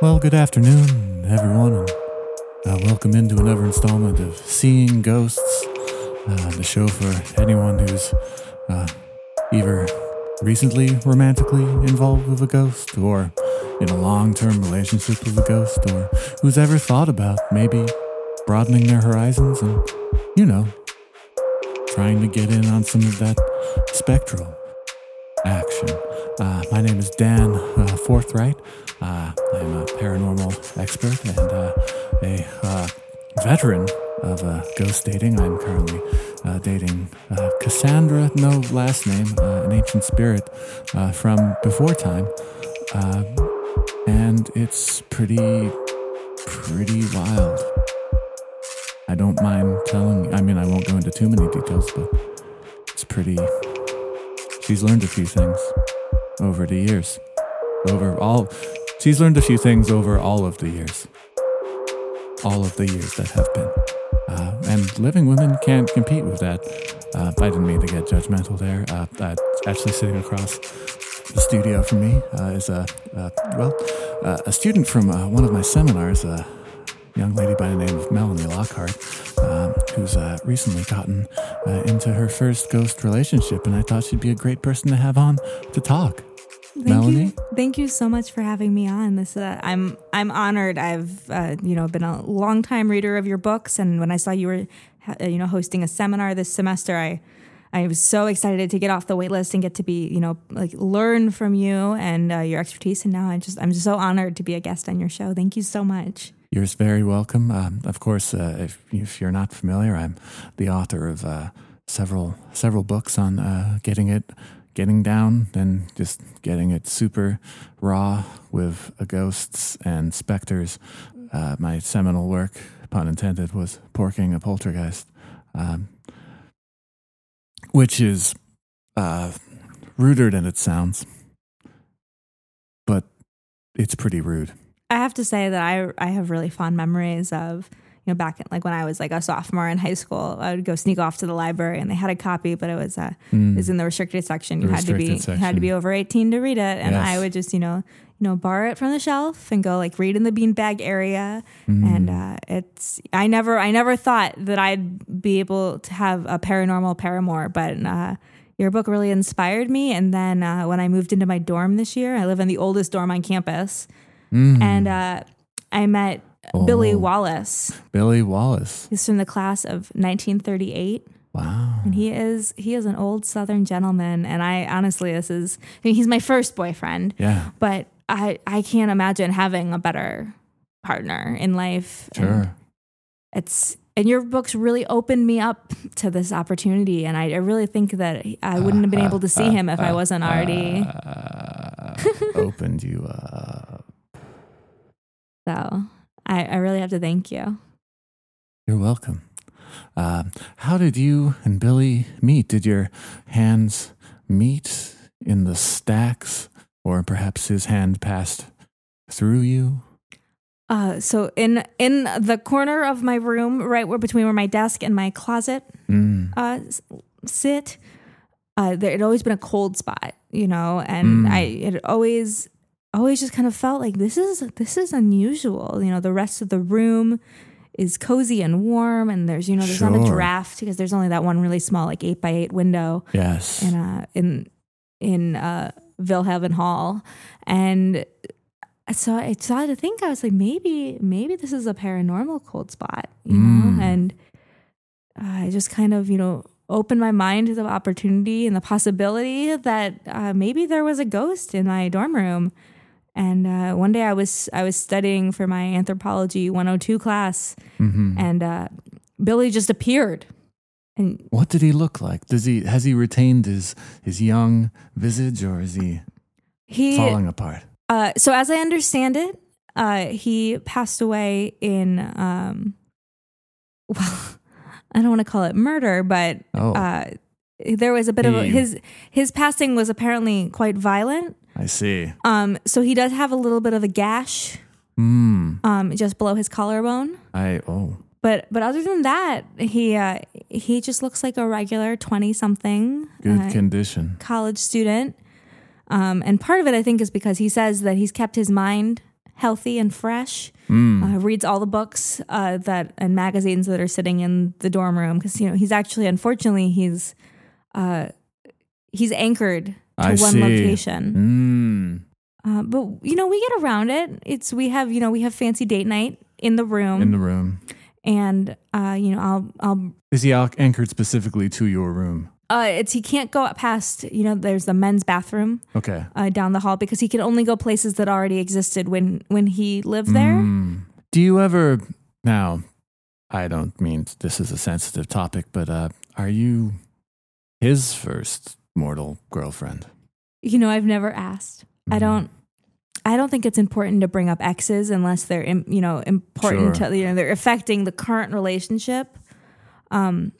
Well, good afternoon, everyone, and uh, welcome into another installment of Seeing Ghosts, uh, the show for anyone who's uh, either recently romantically involved with a ghost or in a long term relationship with a ghost or who's ever thought about maybe broadening their horizons and, you know, trying to get in on some of that spectral action. Uh, my name is Dan uh, Forthright. Uh, I'm a paranormal expert and uh, a uh, veteran of uh, ghost dating. I'm currently uh, dating uh, Cassandra, no last name, uh, an ancient spirit uh, from before time. Uh, and it's pretty, pretty wild. I don't mind telling, I mean, I won't go into too many details, but it's pretty. She's learned a few things over the years. Over all, she's learned a few things over all of the years. All of the years that have been. Uh, and living women can't compete with that. Uh, I didn't mean to get judgmental there. Uh, uh, actually, sitting across the studio from me uh, is a, uh, well, uh, a student from uh, one of my seminars, a young lady by the name of Melanie Lockhart, um, who's uh, recently gotten uh, into her first ghost relationship. And I thought she'd be a great person to have on to talk. Thank Melanie? you, thank you so much for having me on. This uh, I'm I'm honored. I've uh, you know been a longtime reader of your books, and when I saw you were ha- uh, you know hosting a seminar this semester, I I was so excited to get off the wait list and get to be you know like learn from you and uh, your expertise. And now I just I'm so honored to be a guest on your show. Thank you so much. You're very welcome. Um, of course, uh, if, if you're not familiar, I'm the author of uh, several several books on uh, getting it, getting down, and just getting it super raw with uh, ghosts and specters. Uh, my seminal work, pun intended, was Porking a Poltergeist, um, which is uh, ruder than it sounds, but it's pretty rude. I have to say that I I have really fond memories of you know back at, like when I was like a sophomore in high school. I would go sneak off to the library and they had a copy, but it was uh, it was in the restricted section. Mm. The you had to be restricted you had to be section. over eighteen to read it, and I Yes. would just you know you know borrow it from the shelf and go like read in the beanbag area. Mm-hmm. And uh, it's I never I never thought that I'd be able to have a paranormal paramour, but. Uh, your book really inspired me. And then uh, when I moved into my dorm this year, I live in the oldest dorm on campus Mm-hmm. and uh, I met Billy Mm. Oh. Wallace. Billy Wallace. He's from the class of 1938, Wow. and he is he is an old Southern gentleman. And I honestly, this is I mean, he's my first boyfriend, Yeah. but I I can't imagine having a better partner in life. And Sure. it's and your books really opened me up to this opportunity, and I, I really think that I wouldn't have been able to see him if I wasn't already. Uh, Opened you up. So I, I really have to thank you. You're welcome. Um, how did you and Billy meet? Did your hands meet in the stacks, or perhaps his hand passed through you? Uh, so in in the corner of my room, right where between where my desk and my closet Mm. uh, s- sit, uh, there had always been a cold spot, you know, and Mm. I it had always always just kind of felt like this is this is unusual, you know. The rest of the room is cozy and warm, and there's you know there's not a Sure. draft because there's only that one really small like eight by eight window Yes. in uh in in uh Vilhaven Hall and so I started to think I was like maybe maybe this is a paranormal cold spot Mm. you know and I just kind of you know opened my mind to the opportunity and the possibility that uh, maybe there was a ghost in my dorm room and uh, one day I was I was studying for my anthropology 102 class Mhm. and uh, Billy just appeared and What did he look like? Does he has he retained his his young visage, or is he he falling apart? Uh, so as I understand it, uh, he passed away in um, well, I don't want to call it murder, but Oh, uh, there was a bit of a, He- his his passing was apparently quite violent. I see. Um, so he does have a little bit of a gash Mm, um, just below his collarbone. I oh. But but other than that, he uh, he just looks like a regular twenty something Good condition. college student. Um, and part of it, I think, is because he says that he's kept his mind healthy and fresh. Hmm. Uh, reads all the books uh, that and magazines that are sitting in the dorm room because you know he's actually unfortunately he's uh, he's anchored to I one see. location. Mm. Uh, but you know we get around it. It's we have you know we have fancy date night in the room In the room. and uh, you know I'll I'll Is he al- anchored specifically to your room? uh, it's he can't go up past you know there's the men's bathroom Okay. uh, down the hall because he can only go places that already existed when when he lived there. Mm. Do you ever now? I don't mean this is a sensitive topic, but uh, are you his first mortal girlfriend? You know I've never asked. Mm-hmm. I don't. I don't think it's important to bring up exes unless they're im- you know important Sure. to you know they're affecting the current relationship. Um,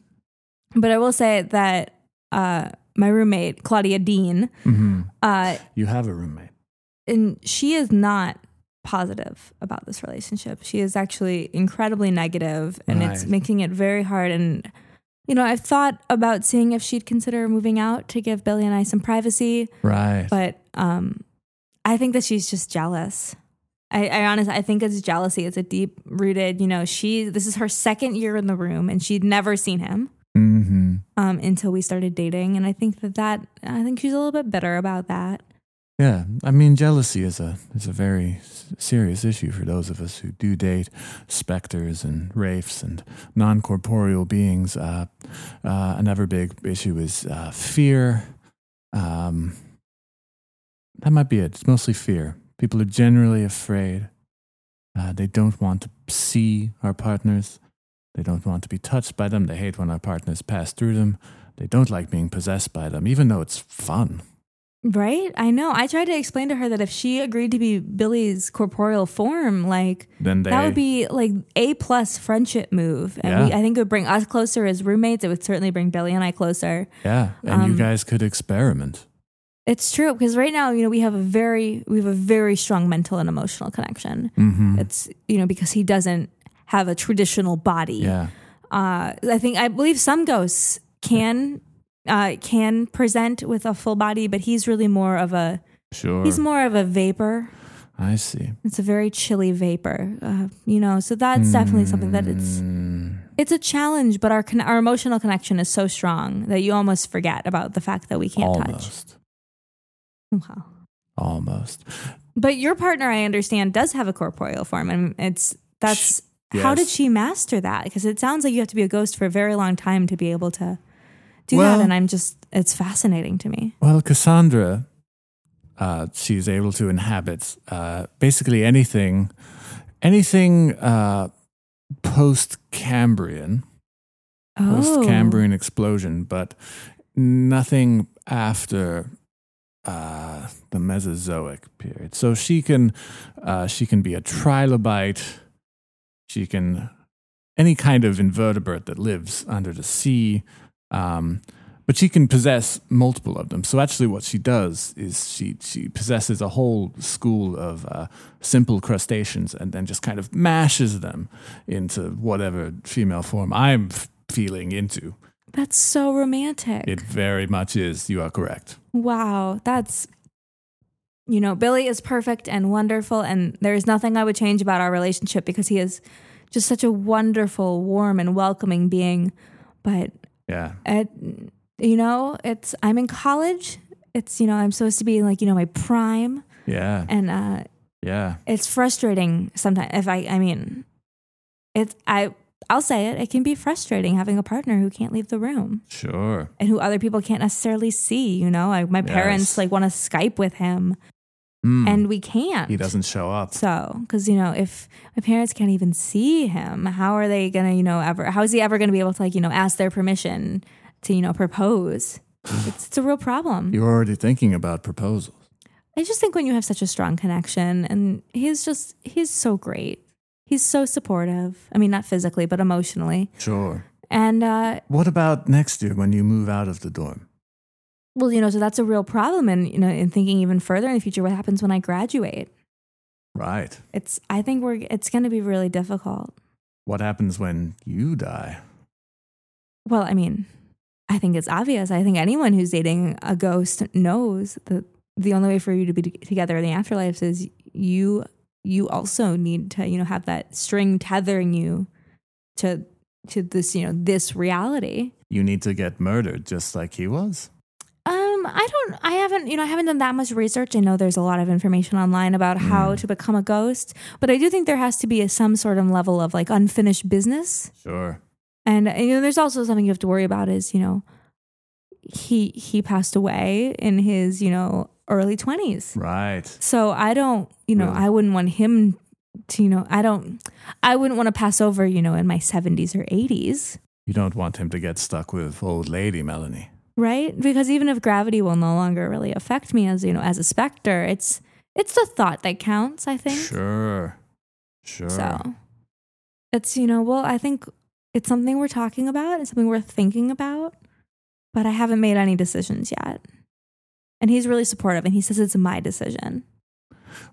but I will say that uh, my roommate Claudia Dean, Mhm. uh, You have a roommate. and she is not positive about this relationship. She is actually incredibly negative and it's Right. making it very hard and you know, I've thought about seeing if she'd consider moving out to give Billy and I some privacy, Right. but um I think that she's just jealous. I, I honestly I think it's jealousy. It's a deep rooted, you know, she this is her second year in the room and she'd never seen him mm-hmm. um until we started dating and I think that that I think she's a little bit bitter about that. Yeah, I mean, jealousy is a is a very s- serious issue for those of us who do date specters and wraiths and non corporeal beings. Uh, uh, another big issue is uh, fear. Um, that might be it. It's mostly fear. People are generally afraid. Uh, they don't want to see our partners. They don't want to be touched by them. They hate when our partners pass through them. They don't like being possessed by them, even though it's fun. Right? I know. I tried to explain to her that if she agreed to be Billy's corporeal form, like Then they that would be like a plus friendship move. And we, Yeah. I think it would bring us closer as roommates. It would certainly bring Billy and I closer. Yeah, and you Um, guys could experiment. It's true because right now, you know, we have a very we have a very strong mental and emotional connection. Mm-hmm. It's you know because he doesn't have a traditional body. Yeah, Uh, I think I believe some ghosts can uh, can present with a full body, but he's really more of a sure. he's more of a vapor. I see. It's a very chilly vapor, uh, you know. So that's definitely something that it's Mm, it's a challenge. But our con- our emotional connection is so strong that you almost forget about the fact that we can't touch. almost, Wow. almost. But your partner, I understand, does have a corporeal form, and it's that's Sh- how did yes. she master that? Because it sounds like you have to be a ghost for a very long time to be able to do Well- that. And I'm just it's fascinating to me. Well, Cassandra, uh, she's able to inhabit uh, basically anything, anything uh, post Cambrian, Oh, post Cambrian explosion, but nothing after uh, the Mesozoic period. So she can uh, she can be a trilobite. She can any kind of invertebrate that lives under the sea. Um, but she can possess multiple of them. So actually, what she does is she she possesses a whole school of uh, simple crustaceans, and then just kind of mashes them into whatever female form I'm f- feeling into. That's so romantic. It very much is. You are correct. Wow, that's you know, Billy is perfect and wonderful and there is nothing I would change about our relationship because he is just such a wonderful, warm and welcoming being. But Yeah. it, you know, it's I'm in college. It's you know, I'm supposed to be in like, you know, my prime Yeah. and uh Yeah. it's frustrating sometimes if I I mean it's I I'll say it, it can be frustrating having a partner who can't leave the room Sure. and who other people can't necessarily see. You know, I, my Yes. parents like want to Skype with him, Mm. and we can't. he doesn't show up. So, because you know, if my parents can't even see him, how are they gonna, you know, ever? How is he ever gonna be able to, like, you know, ask their permission to, you know, propose? it's, it's a real problem. You're already thinking about proposals. I just think when you have such a strong connection, and he's just he's so great. He's so supportive. I mean, not physically, but emotionally. Sure. And uh, What about next year when you move out of the dorm? well, you know, so that's a real problem. And you know, in thinking even further in the future, what happens when I graduate? Right. it's i think we're it's going to be really difficult What happens when you die? well i mean i think it's obvious i think anyone who's dating a ghost knows that the only way for you to be t- together in the afterlife is you you also need to you know have that string tethering you to to this you know this reality You need to get murdered just like he was. um i don't i haven't you know i haven't done that much research i know there's a lot of information online about how to become a ghost but i do think there has to be a, some sort of level of like unfinished business Sure. and uh, you know there's also something you have to worry about is you know he he passed away in his you know early 20s Right. So I don't, you know, Really? I wouldn't want him to, you know, I don't, I wouldn't want to pass over, you know, in my 70s or 80s, You don't want him to get stuck with old lady Melanie. right? Because even if gravity will no longer really affect me as, you know, as a specter, it's, it's the thought that counts, I think. Sure. Sure. So it's, you know, well, I think it's something we're talking about. It's something we're thinking about, but I haven't made any decisions yet. And he's really supportive and he says it's my decision.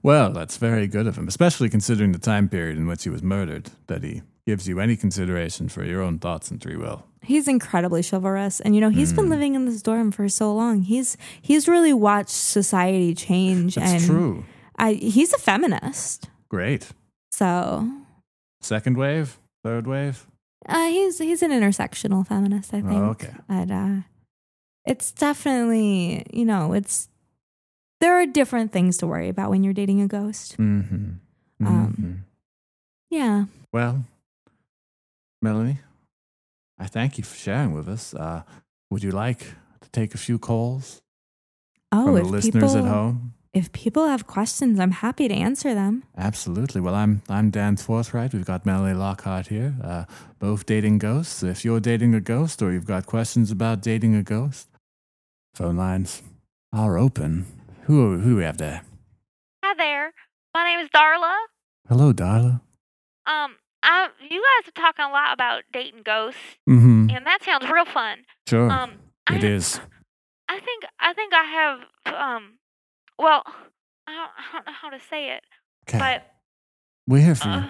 Well, that's very good of him, especially considering the time period in which he was murdered, that he gives you any consideration for your own thoughts and free will. He's incredibly chivalrous, and you know he's Hmm. been living in this dorm for so long. He's he's really watched society change, That's and true. I, he's a feminist, Great. so Second wave? Third wave? uh, he's he's an intersectional feminist. I think. Oh, okay. But, uh, it's definitely you know it's there are different things to worry about when you're dating a ghost. Mm-hmm. Um, Mhm. Yeah, Well, Melanie, I thank you for sharing with us. Uh, would you like to take a few calls oh, from the if listeners people at home? if people have questions, I'm happy to answer them. Absolutely. Well, I'm I'm Dan Forthright. We've got Melanie Lockhart here, uh, both dating ghosts. If you're dating a ghost or you've got questions about dating a ghost, phone lines are open. Who who do we have there? Hi there. My name is Darla. Hello, Darla. Um, I you guys are talking a lot about dating ghosts, Mm-hmm. and that sounds real fun. Sure. Um, I, it is. I think I think I have um, well, I don't, I don't know how to say it, Okay. but We're here for uh, you. uh,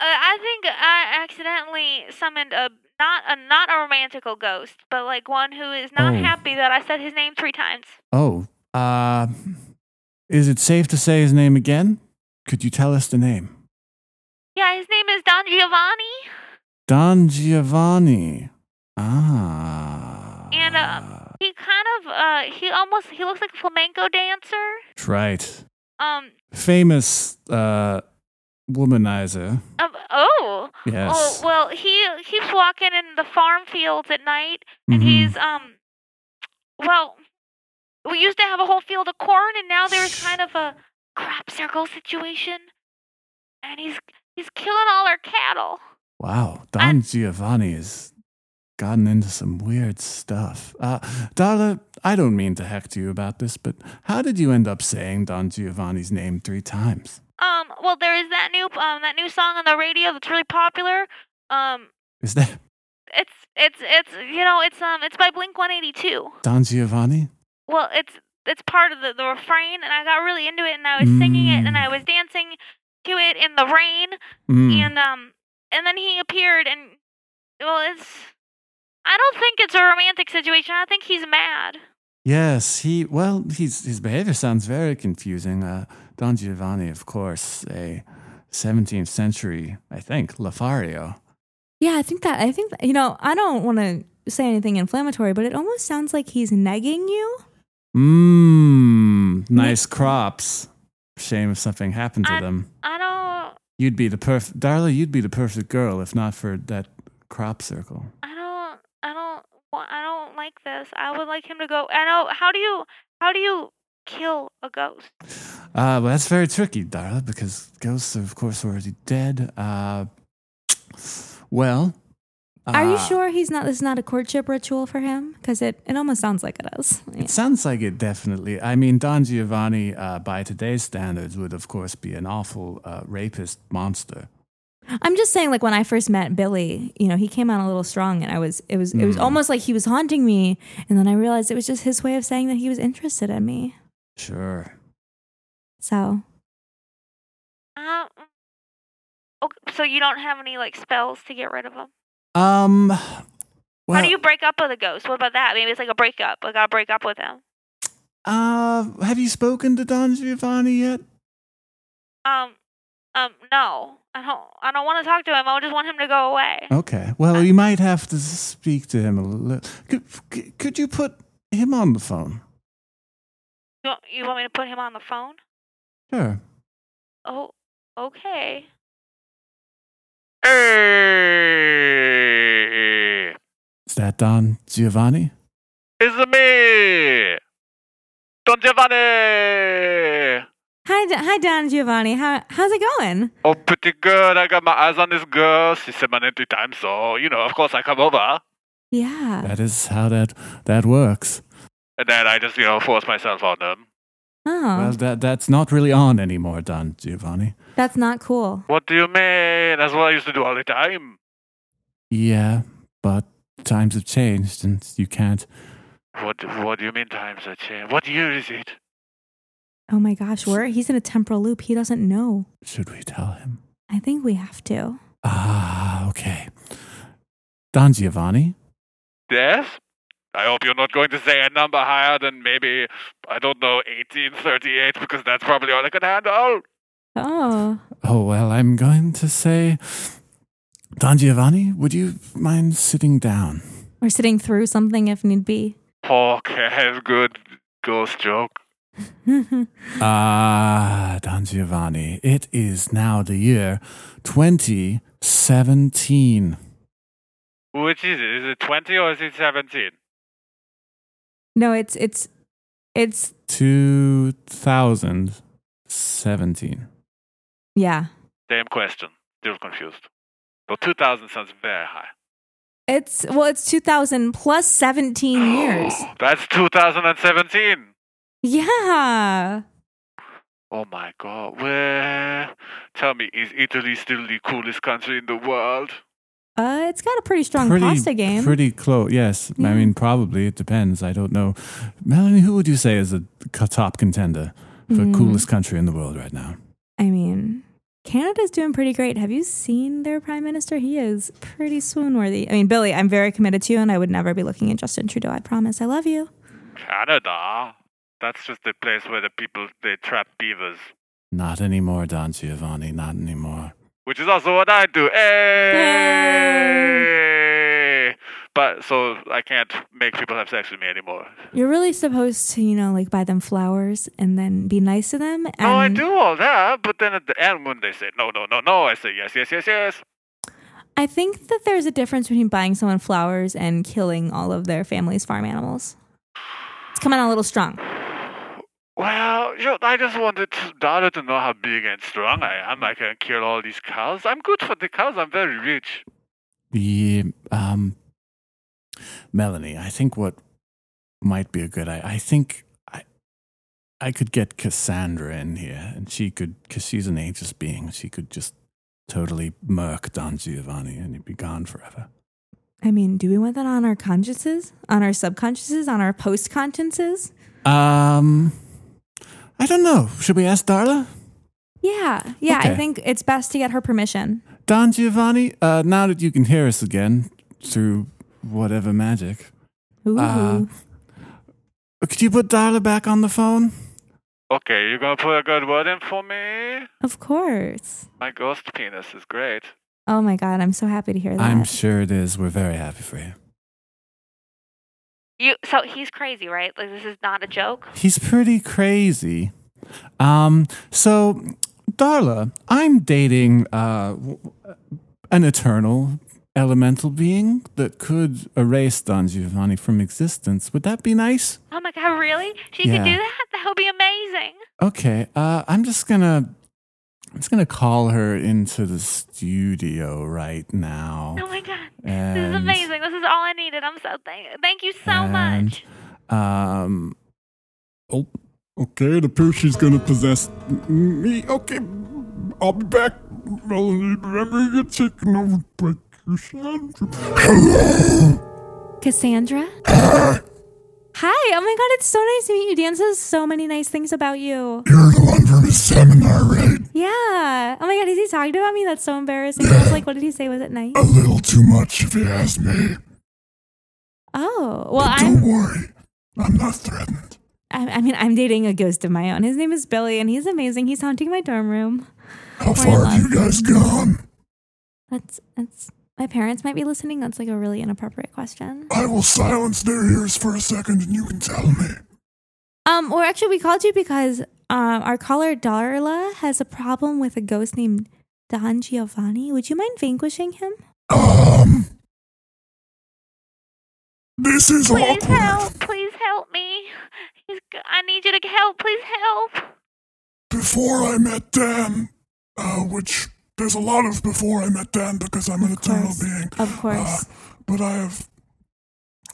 I think I accidentally summoned a not a not a romantical ghost, but like one who is not Oh. happy that I said his name three times. Oh, uh, is it safe to say his name again? Could you tell us the name? Yeah, his name is Don Giovanni. Don Giovanni. Ah. And, uh, He kind of uh, he almost he looks like a flamenco dancer. That's right. Um, Famous uh, womanizer. um oh. Yes. Oh well, he he's walking in the farm fields at night, and Mhm. he's um, well, we used to have a whole field of corn, and now there's kind of a crop circle situation, and he's he's killing all our cattle. Wow, Don Giovanni has gotten into some weird stuff. Uh, Darla, I don't mean to heck to you about this, but how did you end up saying Don Giovanni's name three times? Um, well, there is that new um that new song on the radio that's really popular. Um, Is that it's it's it's you know it's um it's by Blink One Eighty Two. Don Giovanni? Well, it's it's part of the, the refrain, and I got really into it, and I was singing it, and I was dancing to it in the rain, Mm. and um, and then he appeared, and well, it's I don't think it's a romantic situation. I think he's mad. Yes, he well, he's, his behavior sounds very confusing. Uh, Don Giovanni, of course, a 17th century, I think, Lothario. Yeah, I think that I think that, you know I don't want to say anything inflammatory, but it almost sounds like he's negging you. Mmm, nice crops. Shame if something happened to I- them. I don't. You'd be the perfect Darla. You'd be the perfect girl if not for that crop circle. I don't. I don't. wa- I don't like this. I would like him to go. I know. How do you? How do you kill a ghost? Uh, well, that's very tricky, Darla, because ghosts are, of course, already dead. Uh, well, Are you uh, sure he's not? This is not a courtship ritual for him because it, it almost sounds like it is. Yeah. It sounds like it definitely. I mean, Don Giovanni, uh, by today's standards, would of course be an awful uh, rapist monster. I'm just saying, like when I first met Billy, you know, he came on a little strong, and I was it was it was Mm. almost like he was haunting me, and then I realized it was just his way of saying that he was interested in me. Sure. So Uh, okay, so you don't have any like spells to get rid of him. Um. Well, How do you break up with a ghost? What about that? Maybe it's like a breakup. I gotta break up with him. Uh, have you spoken to Don Giovanni yet? Um, Um, no, I don't. I don't want to talk to him. I just want him to go away. Okay. Well, you might have to speak to him a little. Could, c- could you put him on the phone? You want, you want me to put him on the phone? Sure. Oh, okay. Hey, Is that Don Giovanni? it's me, Don Giovanni. Hi, D- hi, Don Giovanni. How how's it going? Oh, pretty good. I got my eyes on this girl. She said my name three times, so you know, of course, I come over. Yeah. That is how that that works. And then I just, you know, force myself on them. Oh, Well, that that's not really on anymore, Don Giovanni. that's not cool. What do you mean? That's what I used to do all the time. Yeah, but times have changed, and you can't. What What do you mean times have changed? What year is it? Oh my gosh, where he's in a temporal loop. He doesn't know. Should we tell him? I think we have to. Ah, okay. Don Giovanni. Yes. I hope you're not going to say a number higher than maybe I don't know 1838 because that's probably all I can handle. Oh, Oh well, I'm going to say, Don Giovanni, would you mind sitting down? we're sitting through something if need be. Okay, good ghost joke. Ah, Don Giovanni, it is now the year 2017. Which is it? Is it 20 or is it 17? no, it's it's it's 2017. yeah. Same question. Still confused. Well, 2000 sounds very high. It's well, it's 2000 plus 17 years. That's 2017. Yeah. Oh my god. Well, tell me, is Italy still the coolest country in the world? Uh, it's got a pretty strong pasta game. Pretty close, yes. I Yeah. mean, probably. It depends. I don't know. Melanie, who would you say is the c- top contender for Mm. coolest country in the world right now? I mean, Canada's doing pretty great. Have you seen their prime minister? He is pretty swoon worthy. I mean, Billy, I'm very committed to you, and I would never be looking at Justin Trudeau. I promise. I love you. Canada. That's just the place where the people they trap beavers, Not anymore, Don Giovanni. Not anymore. which is also what I do. Hey! But so I can't make people have sex with me anymore. You're really supposed to, you know, like buy them flowers and then be nice to them. And No, I do all that, but then at the end when they say no, no, no, no, I say yes, yes, yes, yes. I think that there's a difference between buying someone flowers and killing all of their family's farm animals. It's coming on a little strong. Well, you know, I just wanted Dada to know how big and strong I am. I can kill all these cows. I'm good for the cows. I'm very rich. Yeah, um, Melanie, I think what might be a good I, I think I I could get Cassandra in here, and she could because she's an aegis being. She could just totally murk Don Giovanni, and he'd be gone forever. I mean, do we want that on our consciences, on our subconsciences, on our post consciences? Um, I don't know. Should we ask Darla? Yeah, yeah. I Okay. think it's best to get her permission. Don Giovanni, uh, now that you can hear us again through whatever magic, Ooh. Uh, could you put Darla back on the phone? Okay, you gonna put a good word in for me? of course. My ghost penis is great. Oh my God, I'm so happy to hear that. I'm sure it is. We're very happy for you. You so he's crazy, right? Like this is not a joke. He's pretty crazy. Um, so, Darla, I'm dating uh, w- an eternal elemental being that could erase Don Giovanni from existence. Would that be nice? Oh my god, really? She Yeah. could do that? That would be amazing. Okay, uh, I'm just gonna. I'm just gonna call her into the studio right now. Oh my god. And, This is amazing. This is all I needed. I'm so thank thank you so And- much. Um. Oh, okay. It appears she's gonna possess me. Okay, I'll be back. Remember, you're taking over by Cassandra? Hi, oh my God, it's so nice to meet you. Dan says so many nice things about you. You're the one from his seminar, right? Yeah. Oh my God, has he talked about me? That's so embarrassing. I was like, what did he say? Was it nice? A little too much, if you ask me. Oh, well, Don't I'm, worry, I'm not threatened. I, I mean, I'm dating a ghost of my own. His name is Billy, and he's amazing. He's haunting my dorm room. How Why far not? have you guys gone? That's that's. My parents might be listening. That's like a really inappropriate question. I will silence their ears for a second and you can tell me. Um, or actually, we called you because um, our caller Darla has a problem with a ghost named Don Giovanni. Would you mind vanquishing him? Um. This is Please awkward. help. Please help me. He's, g- I need you to help. Please help. Before I met Dan, uh, which there's a lot of before I met Dan because I'm an Of eternal course. being. Uh, Of course. but I have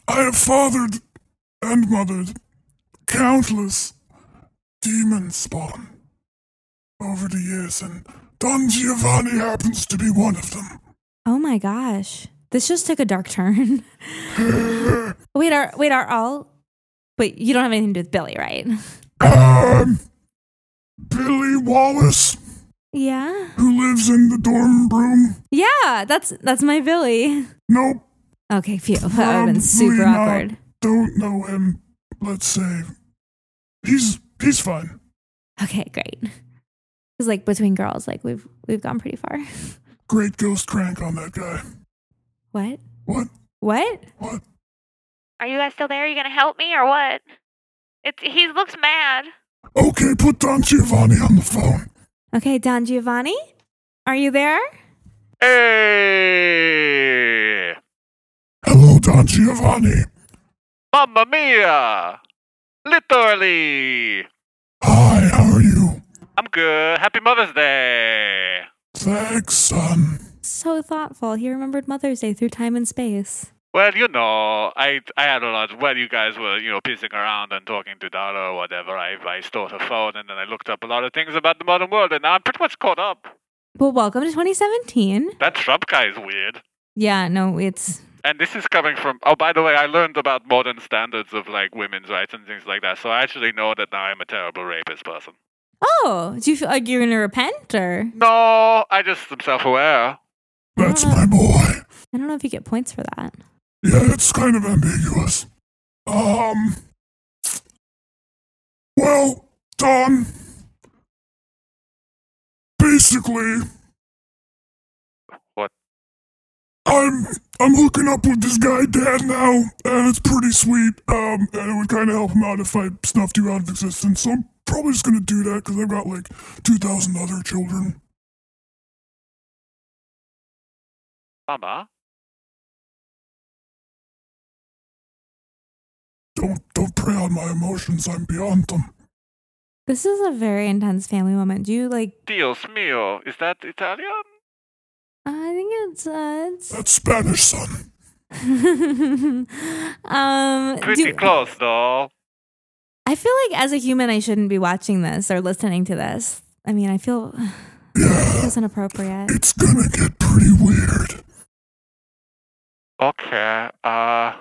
I have fathered and mothered countless demon spawn over the years, and Don Giovanni happens to be one of them. Oh my gosh, this just took a dark turn. wait, are wait are all? Wait, you don't have anything to do with Billy, right? Um, Billy Wallace, Yeah, who lives in the dorm room. yeah. That's that's my Billy. Nope, Okay, phew. That would have been super Probably not. awkward. don't know him. Let's say he's he's fine. Okay, great. Because like between girls, like we've we've gone pretty far. Great ghost crank on that guy. What? What? What? What? Are you guys still there? Are you gonna help me or what? It's he looks mad. Okay, put Don Giovanni on the phone. Okay, Don Giovanni, are you there? Hey! Hello, Don Giovanni. Mamma mia! Literally! Hi, how are you? I'm good. Happy Mother's Day! Thanks, son. So thoughtful. He remembered Mother's Day through time and space. Well, you know, I I had a lot. While you guys were, you know, pissing around and talking to Dara or whatever, I, I stole her phone and then I looked up a lot of things about the modern world and now I'm pretty much caught up. Well, welcome to 2017. That Trump guy is weird. Yeah, no, it's And this is coming from. Oh, by the way, I learned about modern standards of like women's rights and things like that. So I actually know that now I'm a terrible rapist person. oh, do you feel like you're gonna repent or? No, I just am I self-aware. don't That's know- my boy. I don't know if you get points for that. Yeah, it's kind of ambiguous. Um. Well, Don. Basically. What? I'm I'm hooking up with this guy Dad now, and it's pretty sweet. Um, and it would kind of help him out if I snuffed you out of existence. So I'm probably just gonna do that because I've got like two thousand other children. Mama, Don't don't prey on my emotions. I'm beyond them. This is a very intense family moment. Do you like? Dios mio, is that Italian? I think it's uh, it's. That's Spanish, son. um, do Pretty you- close, though. I feel like as a human, I shouldn't be watching this or listening to this. I mean, I feel Yeah, it's inappropriate. it's gonna get pretty weird. Okay. Uh.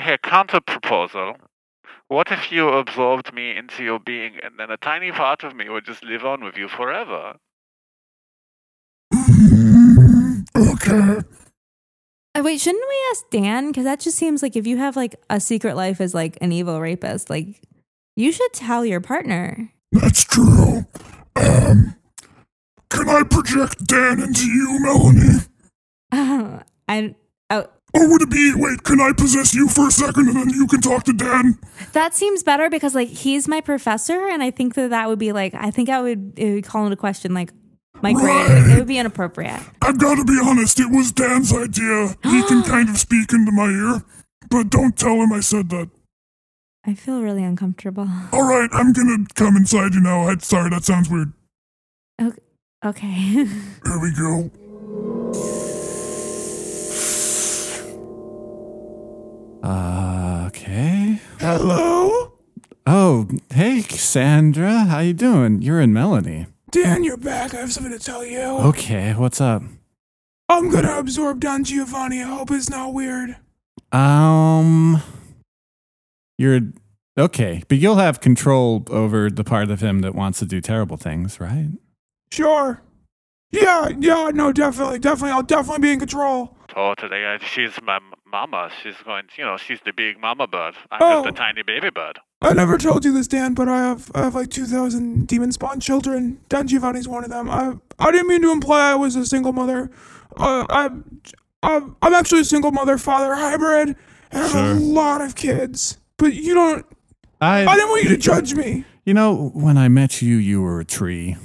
Here, counter proposal. What if you absorbed me into your being, and then a tiny part of me would just live on with you forever? Mm, okay. Uh, Wait, shouldn't we ask Dan? Because that just seems like if you have like a secret life as like an evil rapist, like you should tell your partner. That's true. Um, can I project Dan into you, Melanie? I oh, Or would it be wait? Can I possess you for a second and then you can talk to Dan? that seems better because like he's my professor, and I think that that would be like I think I would it would call into question like my grade. Like, it would be inappropriate. I've got to be honest. It was Dan's idea. He can kind of speak into my ear, but don't tell him I said that. I feel really uncomfortable. All right, I'm gonna come inside you now. I, sorry, that sounds weird. Okay. Here we go. uh, Okay. Hello? Oh, hey, Cassandra. How you doing? You're in Melanie. Dan, you're back. I have something to tell you. Okay, what's up? I'm gonna absorb Don Giovanni. I hope it's not weird. Um, you're okay, but you'll have control over the part of him that wants to do terrible things, right? Sure. Yeah, yeah, no, definitely, definitely. I'll definitely be in control. Totally. uh, She's my m- mama. She's going, you know, she's the big mama bird. I'm just Oh. a tiny baby bird. I never told you this, Dan, but I have I have like two thousand demon spawn children. Dan Giovanni's one of them. I I didn't mean to imply I was a single mother. Uh, I, I'm I'm actually a single mother father hybrid, and I have Sure. a lot of kids. But you don't. I I, didn't want you to judge me. you know, when I met you, you were a tree.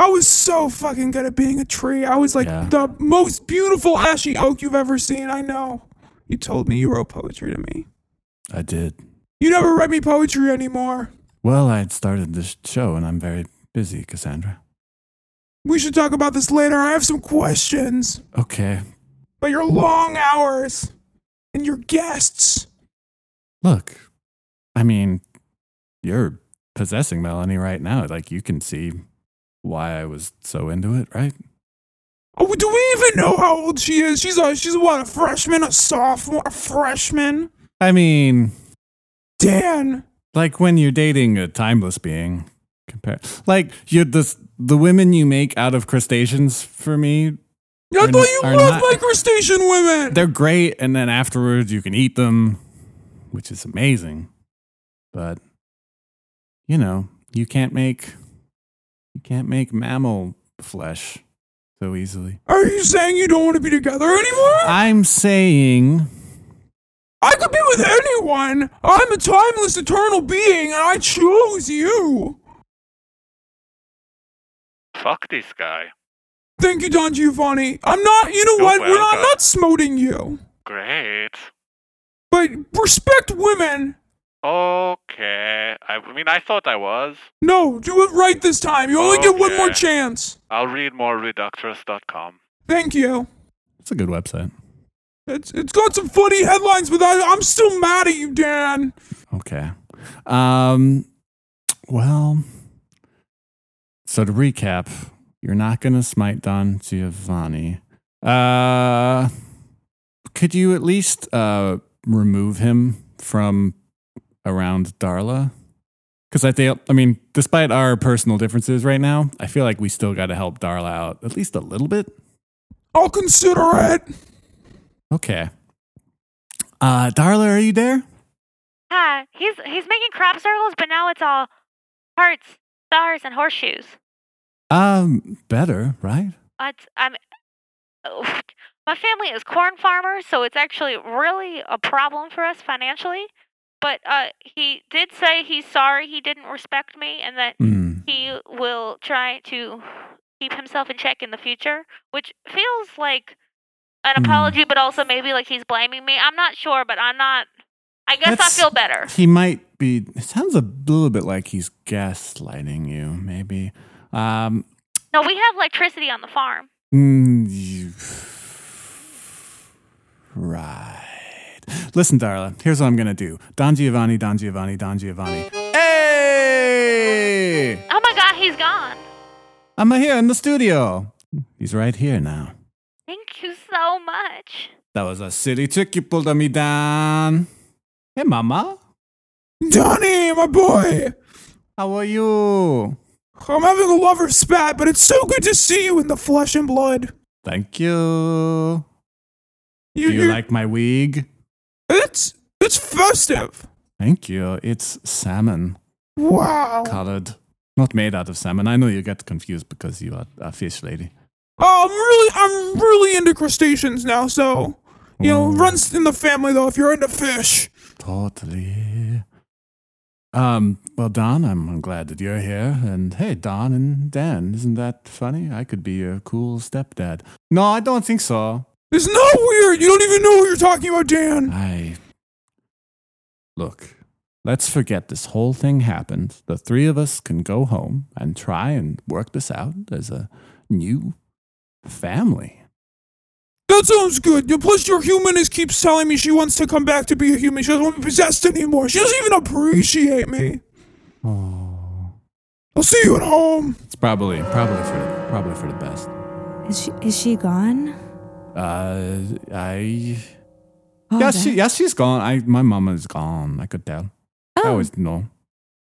I was so fucking good at being a tree. I was like Yeah. the most beautiful ashy oak you've ever seen. I know. You told me you wrote poetry to me. I did. You never write me poetry anymore. Well, I had started this show, and I'm very busy, Cassandra. We should talk about this later. I have some questions. Okay, But your long hours and your guests. look. I mean, you're possessing Melanie right now. Like, you can see why I was so into it, right? Oh, do we even know how old she is? She's a she's what, a freshman, a sophomore, a freshman? I mean, Dan. like when you're dating a timeless being compare like you the the women you make out of crustaceans for me I Are thought n- you are loved not- my crustacean women. they're great and then afterwards you can eat them which is amazing but you know you can't make you can't make mammal flesh so easily Are you saying you don't want to be together anymore? i'm saying I could be with anyone. I'm a timeless, eternal being, and I chose you. Fuck this guy. Thank you, Don Giovanni. I'm not. You know You're what? We're not, I'm welcome. not smoting you, Great. but respect women. Okay. I mean, I thought I was. No, do it right this time. You only get one Okay. more chance. I'll read more reductress.com. Thank you. it's a good website It's it's got some funny headlines, but I, I'm still mad at you, Dan. Okay. Um, well, so to recap, you're not going to smite Don Giovanni. Uh, could you at least uh, remove him from around Darla? Because I think, I mean, despite our personal differences right now, I feel like we still got to help Darla out at least a little bit. I'll consider it. Okay. Uh, Darla, are you there? Hi. He's he's making crop circles, but now it's all hearts, stars, and horseshoes. Um, better, right? It's, I'm. my family is corn farmers, so it's actually really a problem for us financially. But uh, he did say he's sorry he didn't respect me, and that Hmm. he will try to keep himself in check in the future, which feels like an Hmm. apology, but also maybe like he's blaming me. I'm not sure, but I'm not. I guess That's- I feel better. He might be. It sounds a little bit like he's gaslighting you, maybe. Um, No, we have electricity on the farm. mm, you- right. Listen, Darla, here's what I'm going to do Don Giovanni, Don Giovanni, Don Giovanni. Hey! Oh my god, he's gone. I'm here in the studio. He's right here now. Thank you so much. That was a silly trick you pulled on me, Don. Hey, Mama. Donnie, my boy. How are you? I'm having a lover spat, but it's so good to see you in the flesh and blood. Thank you. You, Do you like my wig? It's it's festive. Thank you. It's salmon Wow. colored, not made out of salmon. I know you get confused because you are a fish lady. Oh, I'm really I'm really into crustaceans now, so you know, Ooh. runs in the family though if you're into fish. Totally. Um. Well, Don, I'm glad that you're here. And hey, Don and Dan, isn't that funny? I could be your cool stepdad. No, I don't think so. It's not weird. You don't even know what you're talking about, Dan. I look. Let's forget this whole thing happened. The three of us can go home and try and work this out as a new family. That sounds good. Yeah, Plus your humanist keeps telling me she wants to come back to be a human. She doesn't want to be possessed anymore. She doesn't even appreciate me. Oh, I'll see you at home. it's probably probably for the, probably for the best. Is she is she gone? Uh, I Oh, yeah, that- she yeah, she's gone. I my mama is gone. I could tell. I Oh, always know.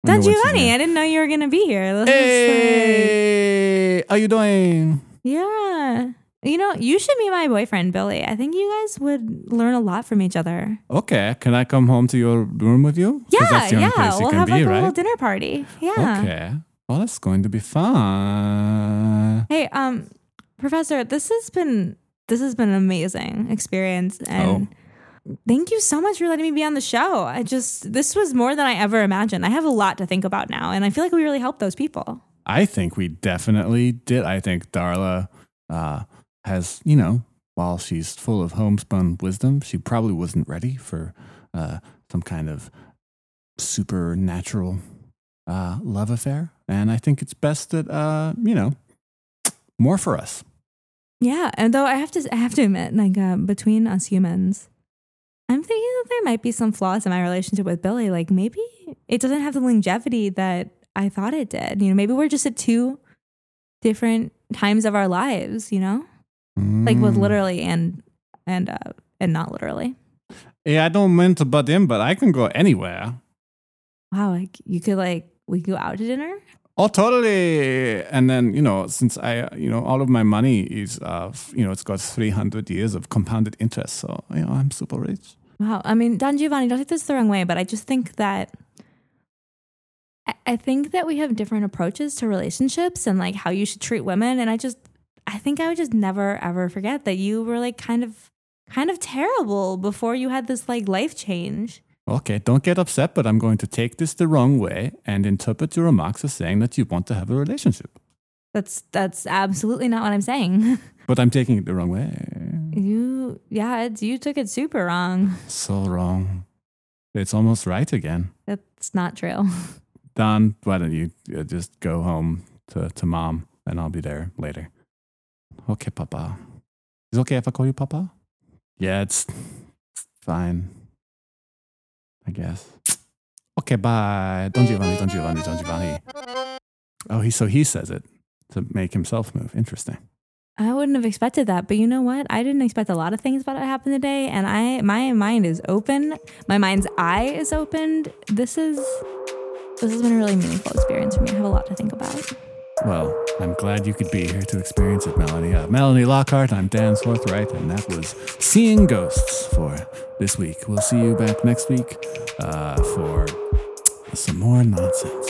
I know Don when she's Giovanni, there. I didn't know you were gonna be here. This is, uh, Hey, how you doing? yeah, You know, you should meet my boyfriend, Billy. I think you guys would learn a lot from each other. Okay, can I come home to your room with you? 'Cause Yeah, that's the only yeah. place you We'll can have be, like a right? little dinner party. Yeah. Okay. Well, that's going to be fun. Hey, um, Professor, this has been this has been an amazing experience, Oh. and thank you so much for letting me be on the show. I just this was more than I ever imagined. I have a lot to think about now, and I feel like we really helped those people. I think we definitely did. I think Darla uh, has, you know, while she's full of homespun wisdom, she probably wasn't ready for uh, some kind of supernatural uh, love affair. And I think it's best that, uh, you know, more for us. Yeah, and though I have to I have to admit, like uh, between us humans, I'm thinking that there might be some flaws in my relationship with Billy. Like maybe it doesn't have the longevity that I thought it did. You know, maybe we're just at two different times of our lives. You know. like both Mm. literally and and uh and not literally Yeah, I don't mean to butt in, but I can go anywhere. wow like you could like we could go out to dinner Oh, totally. And then, you know, since I, uh, you know, all of my money is, uh, f- you know, it's got 300 years of compounded interest. So, you know, I'm super rich. wow i mean don giovanni don't take this the wrong way but i just think that I- I think that we have different approaches to relationships and like how you should treat women. And I just, I think I would just never ever forget that you were like kind of, kind of terrible before you had this like life change. Okay, don't get upset, but I'm going to take this the wrong way and interpret your remarks as saying that you want to have a relationship. That's, that's absolutely not what I'm saying. But I'm taking it the wrong way. you, yeah, it's, you took it super wrong. So wrong. It's almost right again. That's not true. Don, why don't you uh, just go home to, to mom and I'll be there later. Okay, Papa. Is it okay if I call you Papa? Yeah, it's, it's fine. I guess. Okay, bye. Don Giovanni, Don Giovanni, Don Giovanni. Oh, he, so he says it to make himself move. Interesting. I wouldn't have expected that, but you know what? I didn't expect a lot of things about what happened today, and I my mind is open. My mind's eye is opened. This is this has been a really meaningful experience for me. I have a lot to think about. Well, I'm glad you could be here to experience it, Melanie. Uh, Melanie Lockhart, I'm Dan Swarthright, and that was Seeing Ghosts for this week. We'll see you back next week uh, for some more nonsense.